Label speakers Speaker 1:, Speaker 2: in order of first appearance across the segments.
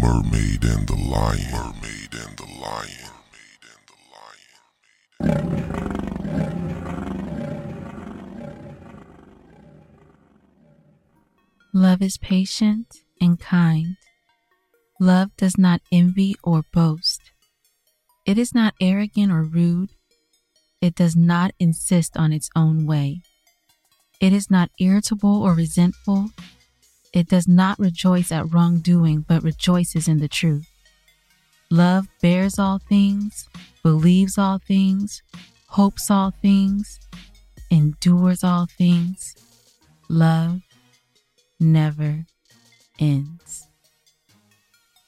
Speaker 1: Mermaid and the Lion. Mermaid and the Lion. Mermaid and the Lion.
Speaker 2: Love is patient and kind. Love does not envy or boast. It is not arrogant or rude. It does not insist on its own way. It is not irritable or resentful. It does not rejoice at wrongdoing, but rejoices in the truth. Love bears all things, believes all things, hopes all things, endures all things. Love never ends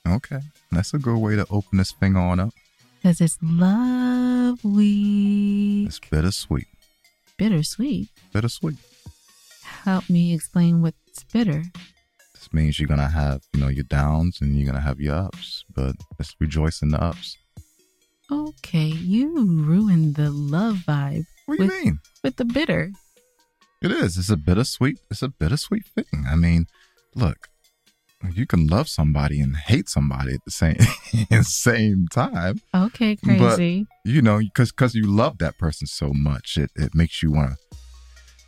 Speaker 3: Okay. That's a good way to open this thing on up.
Speaker 2: because it's love week.
Speaker 3: It's bittersweet.
Speaker 2: Bittersweet.
Speaker 3: Bittersweet.
Speaker 2: Help me explain what's bitter.
Speaker 3: This means you're gonna have, you know, your downs and you're gonna have your ups, but let's rejoice in the ups.
Speaker 2: Okay, you ruined the love vibe
Speaker 3: What do you
Speaker 2: With-
Speaker 3: mean?
Speaker 2: with the bitter.
Speaker 3: It is. It's a bittersweet. It's a bittersweet thing. I mean, look, you can love somebody and hate somebody at the same same time.
Speaker 2: Okay,
Speaker 3: But-
Speaker 2: crazy.
Speaker 3: You know, because because you love that person so much, it it makes you want to.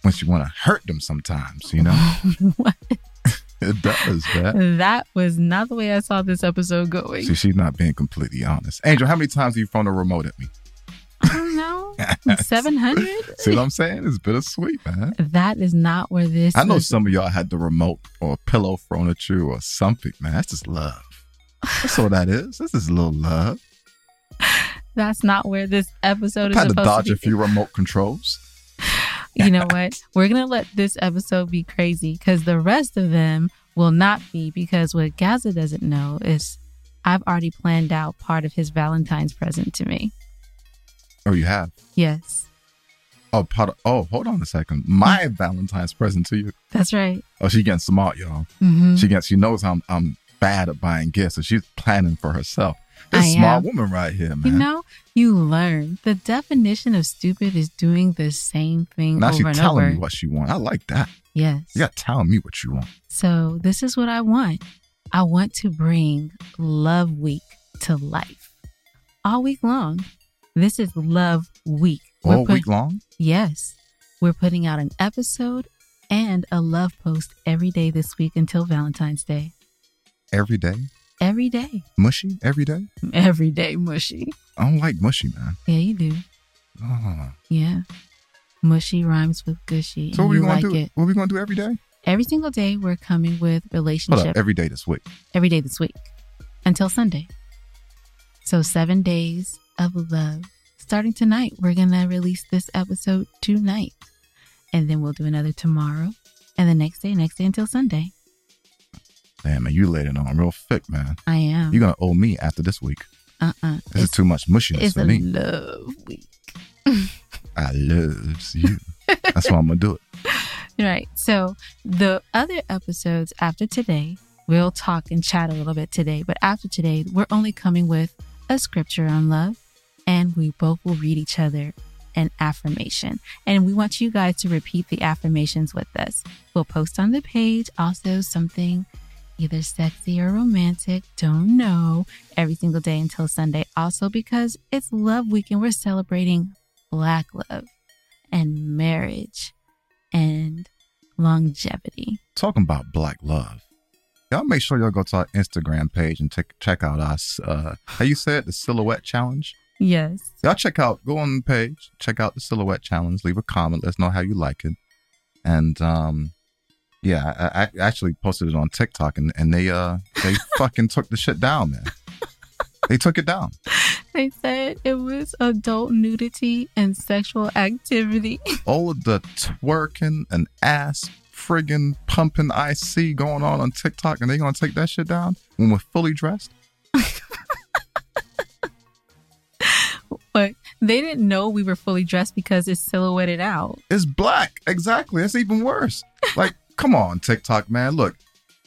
Speaker 3: Once you want to hurt them sometimes, you know
Speaker 2: What?
Speaker 3: it does that.
Speaker 2: that was not the way I saw this episode going.
Speaker 3: See, she's not being completely honest. Angel, how many times have you thrown a remote at me?
Speaker 2: I don't know. 700?
Speaker 3: See what I'm saying? It's bittersweet, man.
Speaker 2: That is not where this
Speaker 3: I know
Speaker 2: is.
Speaker 3: some of y'all had the remote or a pillow thrown at you or something, man. That's just love. That's all that is. This is a little love.
Speaker 2: That's not where this episode
Speaker 3: I've
Speaker 2: is
Speaker 3: had to
Speaker 2: supposed
Speaker 3: dodge
Speaker 2: to
Speaker 3: a
Speaker 2: be.
Speaker 3: few remote controls.
Speaker 2: you know what? We're going to let this episode be crazy because the rest of them will not be. Because what Gaza doesn't know is I've already planned out part of his Valentine's present to me.
Speaker 3: Oh, you have.
Speaker 2: Yes,
Speaker 3: Oh, part of, oh, hold on a second. My
Speaker 2: Hmm.
Speaker 3: Valentine's present to you.
Speaker 2: that's right.
Speaker 3: Oh, she getting smart, y'all.
Speaker 2: hmm
Speaker 3: She gets. She knows I'm I'm bad at buying gifts, so she's planning for herself.
Speaker 2: I
Speaker 3: This smart
Speaker 2: am.
Speaker 3: woman right here, man.
Speaker 2: You know, you learn. The definition of stupid is doing the same thing
Speaker 3: now
Speaker 2: over
Speaker 3: she's
Speaker 2: and
Speaker 3: telling
Speaker 2: over.
Speaker 3: me what she wants. I like that.
Speaker 2: Yes.
Speaker 3: You got to tell me what you want.
Speaker 2: So this is what I want. I want to bring Love Week to life all week long. This is Love Week. We're
Speaker 3: All
Speaker 2: put-
Speaker 3: week long.
Speaker 2: Yes. We're putting out an episode and a love post every day this week until Valentine's Day.
Speaker 3: every day,
Speaker 2: Every day.
Speaker 3: mushy every day.
Speaker 2: Every day, mushy.
Speaker 3: I don't like mushy, man.
Speaker 2: Yeah, you do.
Speaker 3: Ah.
Speaker 2: Yeah. Mushy rhymes with gushy.
Speaker 3: So
Speaker 2: and
Speaker 3: what we
Speaker 2: you
Speaker 3: gonna
Speaker 2: like
Speaker 3: do?
Speaker 2: it.
Speaker 3: What we gonna do every day?
Speaker 2: Every single day, we're coming with
Speaker 3: Hold
Speaker 2: relationship
Speaker 3: up, every day this week.
Speaker 2: every day this week until Sunday. So, seven days of love. Starting tonight, we're going to release this episode tonight. And then we'll do another tomorrow and the next day, next day until Sunday.
Speaker 3: Damn, man, you laid it on real thick, man.
Speaker 2: I am.
Speaker 3: You're gonna owe me after this week.
Speaker 2: uh uh
Speaker 3: This is too much mushiness
Speaker 2: It's
Speaker 3: for
Speaker 2: a
Speaker 3: me.
Speaker 2: love week.
Speaker 3: I loves you. That's why I'm gonna do it.
Speaker 2: Right. So the other episodes after today, we'll talk and chat a little bit today. But after today, we're only coming with a scripture on love, and we both will read each other an affirmation. And we want you guys to repeat the affirmations with us. We'll post on the page also something either sexy or romantic, don't know, every single day until Sunday. Also, because it's Love Week and we're celebrating Black love and marriage and longevity.
Speaker 3: Talking about black love. Y'all make sure y'all go to our Instagram page and check check out us. Uh, how you say it? The silhouette challenge.
Speaker 2: Yes.
Speaker 3: Y'all check out. Go on the page. Check out the silhouette challenge. Leave a comment. Let us know how you like it. And um, yeah, I, I- I actually posted it on TikTok, and, and they uh they fucking took the shit down, man. They took it down.
Speaker 2: They said it was adult nudity and sexual activity.
Speaker 3: All of the twerking and ass friggin' pumping I see going on on TikTok, and they gonna take that shit down when we're fully dressed.
Speaker 2: But they didn't know we were fully dressed because it's silhouetted out.
Speaker 3: It's black. Exactly. That's even worse. Like, come on, TikTok, man. Look,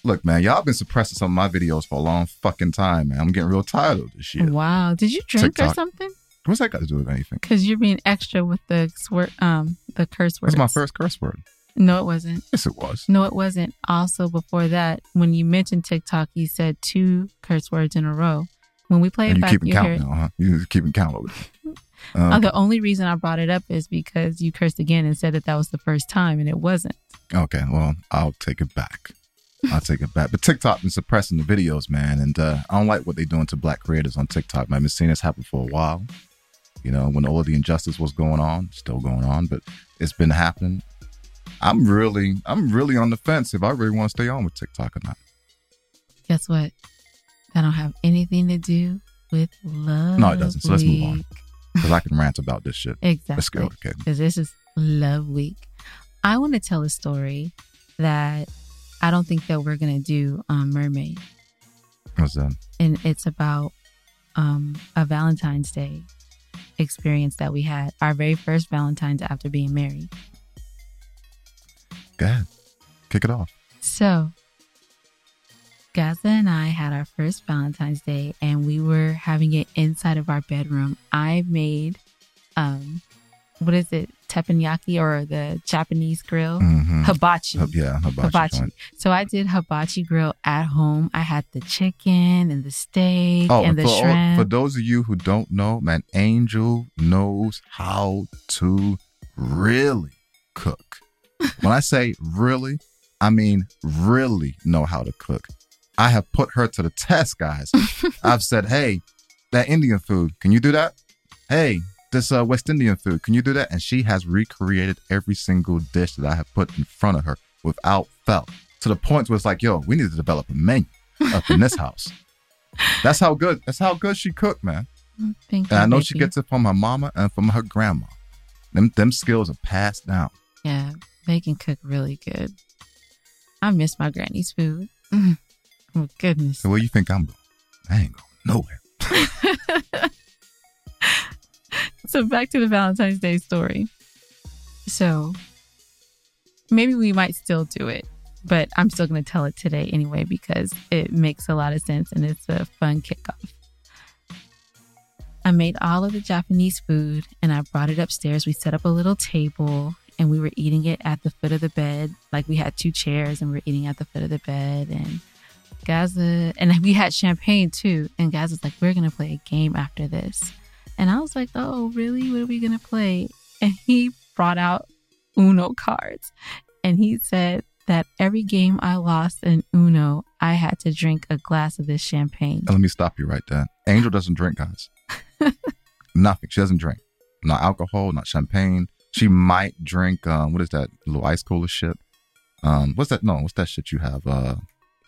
Speaker 3: look, man. Y'all been suppressing some of my videos for a long fucking time, man. I'm getting real tired of this shit.
Speaker 2: Wow. Did you drink or
Speaker 3: TikTok.
Speaker 2: something?
Speaker 3: What's that got to do with anything?
Speaker 2: Because you're being extra with the swear, um the curse words.
Speaker 3: That's my first curse word.
Speaker 2: No, it wasn't.
Speaker 3: Yes, it was.
Speaker 2: No, it wasn't. Also, before that, when you mentioned TikTok, you said two curse words in a row. When we play
Speaker 3: And
Speaker 2: it
Speaker 3: you
Speaker 2: back,
Speaker 3: keeping
Speaker 2: you
Speaker 3: count
Speaker 2: hear it.
Speaker 3: now, huh? You keeping count over there. Um,
Speaker 2: Uh, the only reason I brought it up is because you cursed again and said that that was the first time, and it wasn't.
Speaker 3: Okay, well, I'll take it back. I'll take it back. But TikTok been suppressing the videos, man, and uh, I don't like what they're doing to black creators on TikTok. man. I've been seeing this happen for a while. You know, when all of the injustice was going on, still going on, but it's been happening. I'm really, I'm really on the fence if I really want to stay on with TikTok or not.
Speaker 2: Guess what? That don't have anything to do with love.
Speaker 3: No, it doesn't. So let's move on.
Speaker 2: Week.
Speaker 3: Because I can rant about this shit.
Speaker 2: Exactly.
Speaker 3: Let's go. Okay.
Speaker 2: because this is Love Week. I want to tell a story that I don't think that we're gonna do um, mermaid,
Speaker 3: What's that?
Speaker 2: and it's about um, a Valentine's Day experience that we had, our very first Valentine's after being married.
Speaker 3: Go ahead. Kick it off.
Speaker 2: So, Gaza and I had our first Valentine's Day, and we were having it inside of our bedroom. I made, um, what is it, teppanyaki or the Japanese grill,
Speaker 3: Mm-hmm.
Speaker 2: hibachi.
Speaker 3: yeah, hibachi.
Speaker 2: Hibachi.
Speaker 3: joint.
Speaker 2: So I did hibachi grill at home. I had the chicken and the steak
Speaker 3: Oh,
Speaker 2: and the
Speaker 3: for, all-
Speaker 2: shrimp.
Speaker 3: for those of you who don't know, man, Angel knows how to really cook. when I say really, I mean really know how to cook. I have put her to the test, guys. I've said, hey, that Indian food, can you do that? Hey, this uh, West Indian food, can you do that? And she has recreated every single dish that I have put in front of her without fail to the point where it's like, yo, we need to develop a menu up in this house. That's how good. That's how good she cooked, man.
Speaker 2: Thank
Speaker 3: And I
Speaker 2: you,
Speaker 3: know she
Speaker 2: baby.
Speaker 3: gets it from her mama and from her grandma. Them them skills are passed down.
Speaker 2: Yeah, they can cook really good. I miss my granny's food. Mm. Oh, goodness.
Speaker 3: So where you think I'm going? I ain't going nowhere.
Speaker 2: so back to the Valentine's Day story. So maybe we might still do it, but I'm still going to tell it today anyway because it makes a lot of sense and it's a fun kickoff. I made all of the Japanese food and I brought it upstairs. We set up a little table and we were eating it at the foot of the bed. Like we had two chairs and we were eating at the foot of the bed and Gaza and we had champagne too. And Gaza's like, we're gonna play a game after this. And I was like, oh, really? What are we gonna play? And he brought out Uno cards. And he said that every game I lost in Uno, I had to drink a glass of this champagne.
Speaker 3: Now, let me stop you right there. Angel doesn't drink, guys. Nothing. She doesn't drink. Not alcohol. Not champagne. She might drink. Um, what is that little ice cooler shit? Um, what's that? No, what's that shit you have? Uh,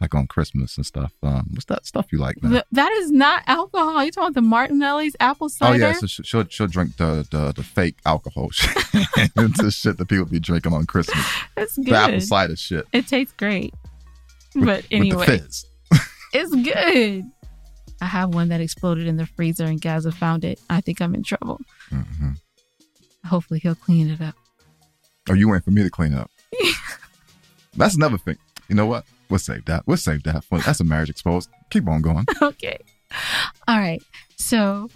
Speaker 3: like on Christmas and stuff. Um, what's that stuff you like, man?
Speaker 2: Th- that is not alcohol. You talking about the Martinelli's apple
Speaker 3: Oh
Speaker 2: cider?
Speaker 3: yeah, so she- she'll she'll drink the the, the fake alcohol, the shit that people be drinking on Christmas,
Speaker 2: it's
Speaker 3: the apple
Speaker 2: good.
Speaker 3: cider shit.
Speaker 2: It tastes great.
Speaker 3: With,
Speaker 2: but anyway.
Speaker 3: with the fizz.
Speaker 2: It's good. I have one that exploded in the freezer and Gaza found it. I think I'm in trouble.
Speaker 3: hmm
Speaker 2: Hopefully he'll clean it up.
Speaker 3: Oh, you waiting for me to clean up? That's another thing. You know what? We'll save that. We'll save that. For, that's a marriage exposed. Keep on going.
Speaker 2: okay. All right. So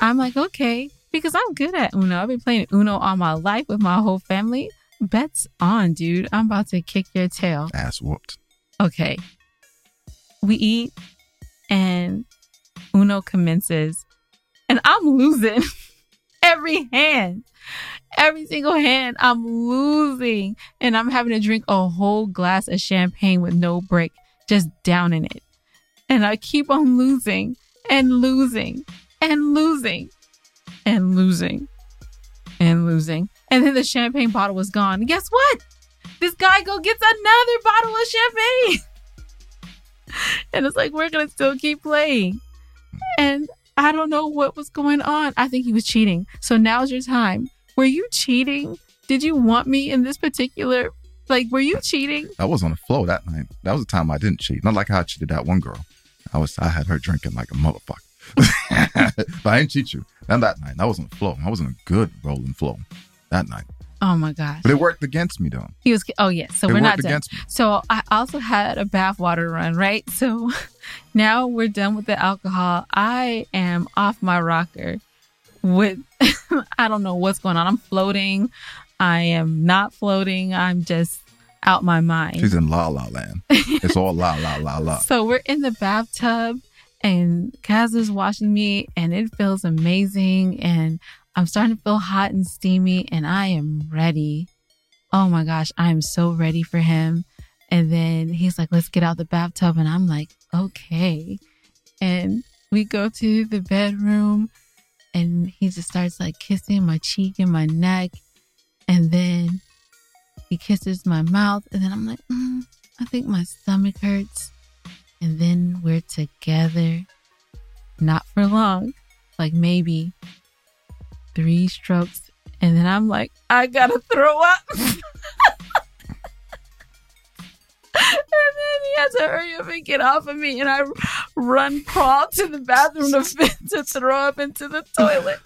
Speaker 2: I'm like, okay, because I'm good at Uno. I've been playing Uno all my life with my whole family. Bets on, dude. I'm about to kick your tail.
Speaker 3: Ass whooped.
Speaker 2: Okay. We eat and Uno commences and I'm losing every hand. Every single hand I'm losing and I'm having to drink a whole glass of champagne with no break, just down in it. And I keep on losing and losing and losing and losing and losing. And then the champagne bottle was gone. Guess what? this guy go gets another bottle of champagne. and it's like, we're going to still keep playing. And I don't know what was going on. I think he was cheating. So now's your time. Were you cheating? Did you want me in this particular? Like, were you cheating?
Speaker 3: I was on the flow that night. That was the time I didn't cheat. Not like how I cheated that one girl. I was I had her drinking like a motherfucker. but I didn't cheat you. Not that night. I was on the flow. I was on a good rolling flow that night.
Speaker 2: Oh my gosh.
Speaker 3: But it worked against me though.
Speaker 2: He was, oh, yes. So
Speaker 3: it
Speaker 2: we're
Speaker 3: worked
Speaker 2: not done.
Speaker 3: against me.
Speaker 2: So I also had a bathwater run, right? So now we're done with the alcohol. I am off my rocker with I don't know what's going on. I'm floating. I am not floating. I'm just out my mind.
Speaker 3: She's in La La Land. It's all La La La La.
Speaker 2: So we're in the bathtub and Kaz is washing me and it feels amazing and I'm starting to feel hot and steamy and I am ready. Oh my gosh, I am so ready for him. And then he's like, let's get out the bathtub. And I'm like, okay. And we go to the bedroom and he just starts like kissing my cheek and my neck. And then he kisses my mouth. And then I'm like, mm, I think my stomach hurts. And then we're together. Not for long, like maybe three strokes. And then I'm like, I gotta throw up. and then he has to hurry up and get off of me. And I run, crawl to the bathroom to, to throw up into the toilet.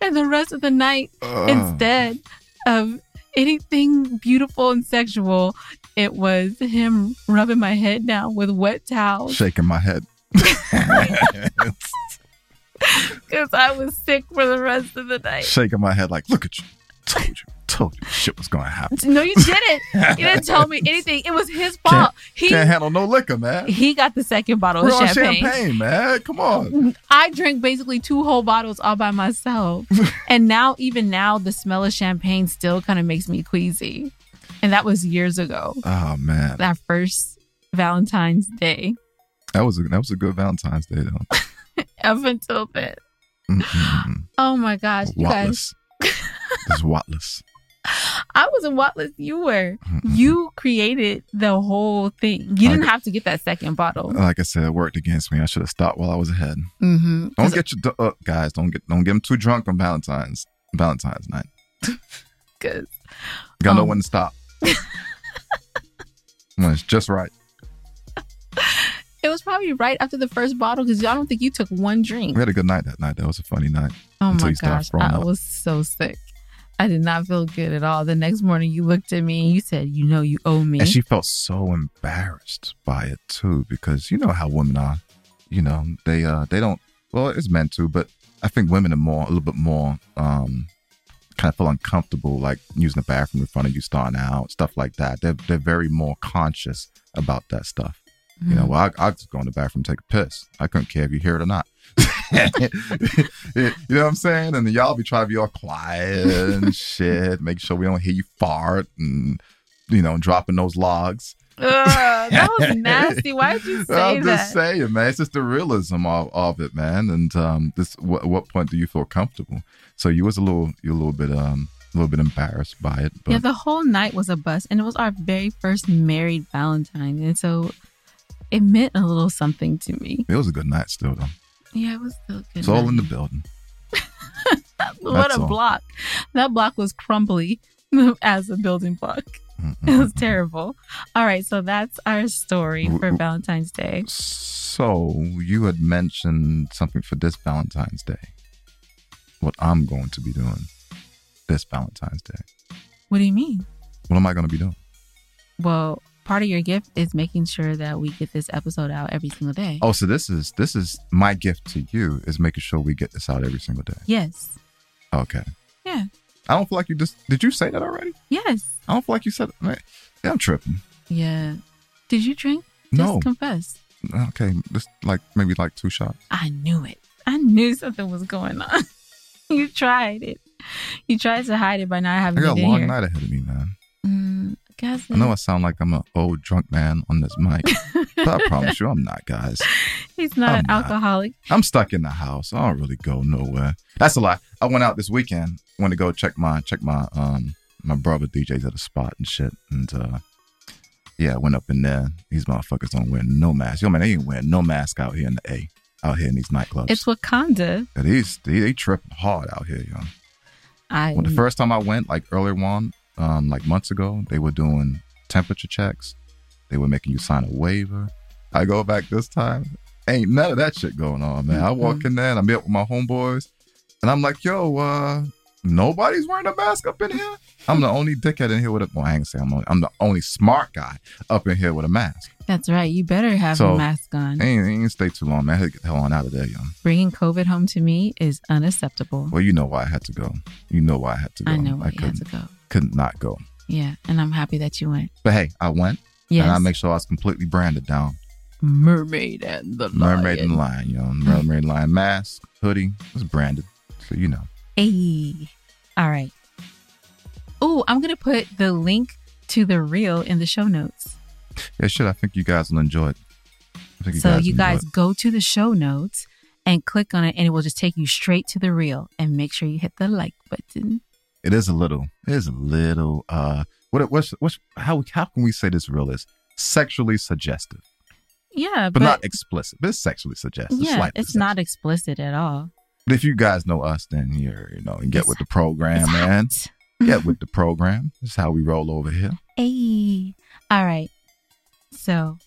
Speaker 2: And the rest of the night,
Speaker 1: Uh.
Speaker 3: Ugh.
Speaker 2: instead of anything beautiful and sexual, it was him rubbing my head down with wet towels
Speaker 3: shaking my head.
Speaker 2: because I was sick for the rest of the night.
Speaker 3: shaking my head like, look at you. Told you. Told you shit was going to happen.
Speaker 2: No, you didn't. You didn't tell me anything. It was his fault.
Speaker 3: Can't handle no liquor, man.
Speaker 2: he he got the second bottle
Speaker 3: We're
Speaker 2: of
Speaker 3: on
Speaker 2: champagne.
Speaker 3: champagne, man. Come on.
Speaker 2: I drank basically two whole bottles all by myself, and now even now the smell of champagne still kind of makes me queasy, and that was years ago.
Speaker 3: Oh man,
Speaker 2: That first Valentine's Day.
Speaker 3: that was a, that was a good Valentine's Day though.
Speaker 2: Up until then,
Speaker 3: Mm-mm-mm.
Speaker 2: oh my gosh, you guys.
Speaker 3: Watless, this Watless.
Speaker 2: I wasn't Watless. You were.
Speaker 3: Mm-mm.
Speaker 2: You created the whole thing. You
Speaker 3: I Uh,
Speaker 2: didn't
Speaker 3: got-
Speaker 2: have to get that second bottle.
Speaker 3: Like I said, it worked against me. I should have stopped while I was ahead.
Speaker 2: Mm-hmm.
Speaker 3: Don't get your uh, guys. Don't get don't get them too drunk on Valentine's Valentine's night.
Speaker 2: Because
Speaker 3: You gotta know
Speaker 2: Um.
Speaker 3: when to stop. when it's just right.
Speaker 2: it was probably right after the first bottle. Because I don't think you took one drink.
Speaker 3: We had a good night that night. That was a funny night.
Speaker 2: Oh
Speaker 3: until
Speaker 2: my
Speaker 3: you start
Speaker 2: gosh,
Speaker 3: throwing
Speaker 2: I
Speaker 3: up.
Speaker 2: was so sick. I did not feel good at all. The next morning, you looked at me and you said, "You know, you owe me."
Speaker 3: And she felt so embarrassed by it too, because you know how women are. You know, they uh they don't well, it's men too, but I think women are more a little bit more um kind of feel uncomfortable like using the bathroom in front of you starting out, stuff like that. They're they're very more conscious about that stuff. You
Speaker 2: Mm.
Speaker 3: know, well, I, I just go in the bathroom, take a piss. I couldn't care if you hear it or not. you know what I'm saying? And then y'all be trying to be all quiet and shit, make sure we don't hear you fart and, you know, dropping those logs.
Speaker 2: Ugh, that was nasty. Why did you say
Speaker 3: I'm
Speaker 2: that?
Speaker 3: just saying, man. It's just the realism of, of it, man. And um, this, wh- at what point do you feel comfortable? So you was a little, you a little bit, um, a little bit embarrassed by it, but
Speaker 2: yeah, the whole night was a bust, and it was our very first married Valentine, and so it meant a little something to me.
Speaker 3: it was a good night still, though.
Speaker 2: Yeah, it was still good.
Speaker 3: It's all
Speaker 2: night.
Speaker 3: in the building.
Speaker 2: what
Speaker 3: That's
Speaker 2: a
Speaker 3: all.
Speaker 2: block. That block was crumbly as a building block. It was
Speaker 3: Mm-mm-mm.
Speaker 2: terrible. All right, so that's our story for
Speaker 3: W-
Speaker 2: Valentine's Day.
Speaker 3: So you had mentioned something for this Valentine's Day. What I'm going to be doing this Valentine's Day.
Speaker 2: What do you mean?
Speaker 3: What am I going to be doing?
Speaker 2: Well, part of your gift is making sure that we get this episode out every single day.
Speaker 3: Oh, so this is this is my gift to you is making sure we get this out every single day.
Speaker 2: Yes.
Speaker 3: Okay.
Speaker 2: Yeah.
Speaker 3: I don't feel like you just did you say that already?
Speaker 2: Yes.
Speaker 3: I don't feel like you said it. Man, yeah, I'm tripping.
Speaker 2: Yeah. Did you drink?
Speaker 3: No.
Speaker 2: Just confess.
Speaker 3: Okay, just like maybe like two shots.
Speaker 2: I knew it. I knew something was going on. you tried it. You tried to hide it by not
Speaker 3: I
Speaker 2: having
Speaker 3: got
Speaker 2: it
Speaker 3: a
Speaker 2: in
Speaker 3: long
Speaker 2: here.
Speaker 3: night ahead of me, man.
Speaker 2: Mm, guess
Speaker 3: I know I sound like I'm an old drunk man on this mic, but I promise you I'm not, guys.
Speaker 2: he's not an
Speaker 3: I'm not.
Speaker 2: alcoholic.
Speaker 3: I'm stuck in the house. I don't really go nowhere. That's a lie. I went out this weekend. Went to go check my check my um my brother DJ's at a spot and shit. And uh yeah, I went up in there. These motherfuckers don't wear no mask. Yo man, they ain't wearing no mask out here in the A. Out here in these nightclubs.
Speaker 2: It's Wakanda.
Speaker 3: Yeah, these they, they tripping hard out here, yo.
Speaker 2: I
Speaker 3: When the first time I went, like earlier on, um, like months ago, they were doing temperature checks. They were making you sign a waiver. I go back this time, ain't none of that shit going on, man. I
Speaker 2: Mm-hmm.
Speaker 3: walk in there and I meet up with my homeboys, and I'm like, yo, uh, nobody's wearing a mask up in here. I'm the only dickhead in here with a. Well, I ain't saying I'm, only, I'm the only smart guy up in here with a mask.
Speaker 2: That's right. You better have
Speaker 3: So-
Speaker 2: a mask on.
Speaker 3: Ain't, ain't stay too long, man. I had to get the hell on out of there, yo.
Speaker 2: Bringing COVID home to me is unacceptable.
Speaker 3: Well, you know why I had to go. You know why I had to go.
Speaker 2: I know where
Speaker 3: I
Speaker 2: you have
Speaker 3: couldn't.
Speaker 2: to go.
Speaker 3: could not go.
Speaker 2: Yeah, and I'm happy that you went.
Speaker 3: But hey, I went
Speaker 2: Yes.
Speaker 3: and I make sure I was completely branded down.
Speaker 2: mermaid and the
Speaker 3: Mermaid and lion, you know, mermaid and
Speaker 2: Mm-hmm.
Speaker 3: lion mask, hoodie, it was branded. So you know.
Speaker 2: Hey. All right. Oh, I'm going to put the link to the reel in the show notes.
Speaker 3: Yeah, shit, I think you guys will enjoy it. I think
Speaker 2: so you
Speaker 3: enjoy
Speaker 2: guys
Speaker 3: it.
Speaker 2: go to the show notes and click on it, and it will just take you straight to the reel. And make sure you hit the like button.
Speaker 3: it is a little, it is a little. Uh, what what's what's how how can we say this real is sexually suggestive,
Speaker 2: Yeah,
Speaker 3: but, not explicit, but it's sexually suggestive.
Speaker 2: yeah,
Speaker 3: slightly
Speaker 2: it's
Speaker 3: sexual.
Speaker 2: not explicit at all.
Speaker 3: But if you guys know us, then you're you know, and get
Speaker 2: It's-
Speaker 3: with the program,
Speaker 2: it's
Speaker 3: man.
Speaker 2: hot.
Speaker 3: Get with the program. This is how we roll over here.
Speaker 2: Hey. All right. So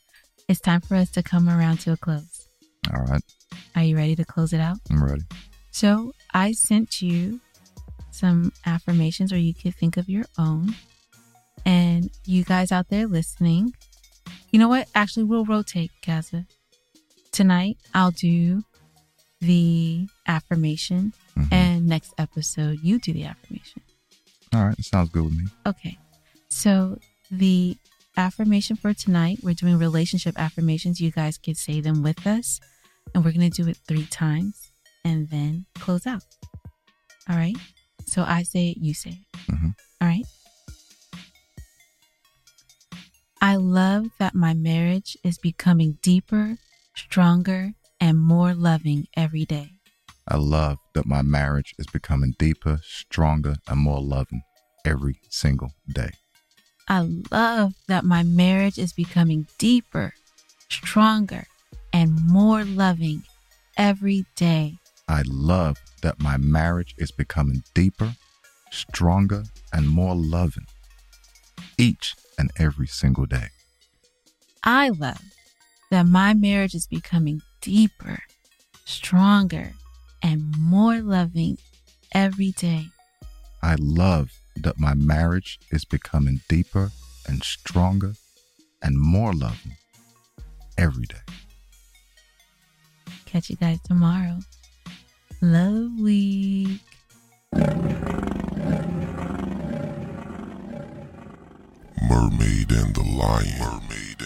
Speaker 2: it's time for us to come around to a close.
Speaker 3: All right,
Speaker 2: Are you ready to close it out?
Speaker 3: I'm ready.
Speaker 2: So I sent you some affirmations, or you could think of your own. And you guys out there listening, you know what? Actually, we'll rotate, Gaza. Tonight, I'll do the affirmation,
Speaker 3: Mhm.
Speaker 2: and next episode, you do the affirmation.
Speaker 3: All right, it sounds good with me.
Speaker 2: Okay. So the affirmation for tonight, we're doing relationship affirmations. You guys could say them with us, and we're going to do it three times and then close out. All right. So I say it, you say it.
Speaker 3: Mhm.
Speaker 2: All right. I love that my marriage is becoming deeper, stronger, and more loving every day.
Speaker 3: I love that my marriage is becoming deeper, stronger, and more loving every single day.
Speaker 2: I love that my marriage is becoming deeper, stronger, and more loving every day.
Speaker 3: I love that my marriage is becoming deeper, stronger, and more loving each and every single day.
Speaker 2: I love that my marriage is becoming deeper, stronger, and more loving every day.
Speaker 3: I love that my marriage is becoming deeper and stronger and more loving every day.
Speaker 2: Catch you guys tomorrow. Love week.
Speaker 1: Mermaid and the Lion. Mermaid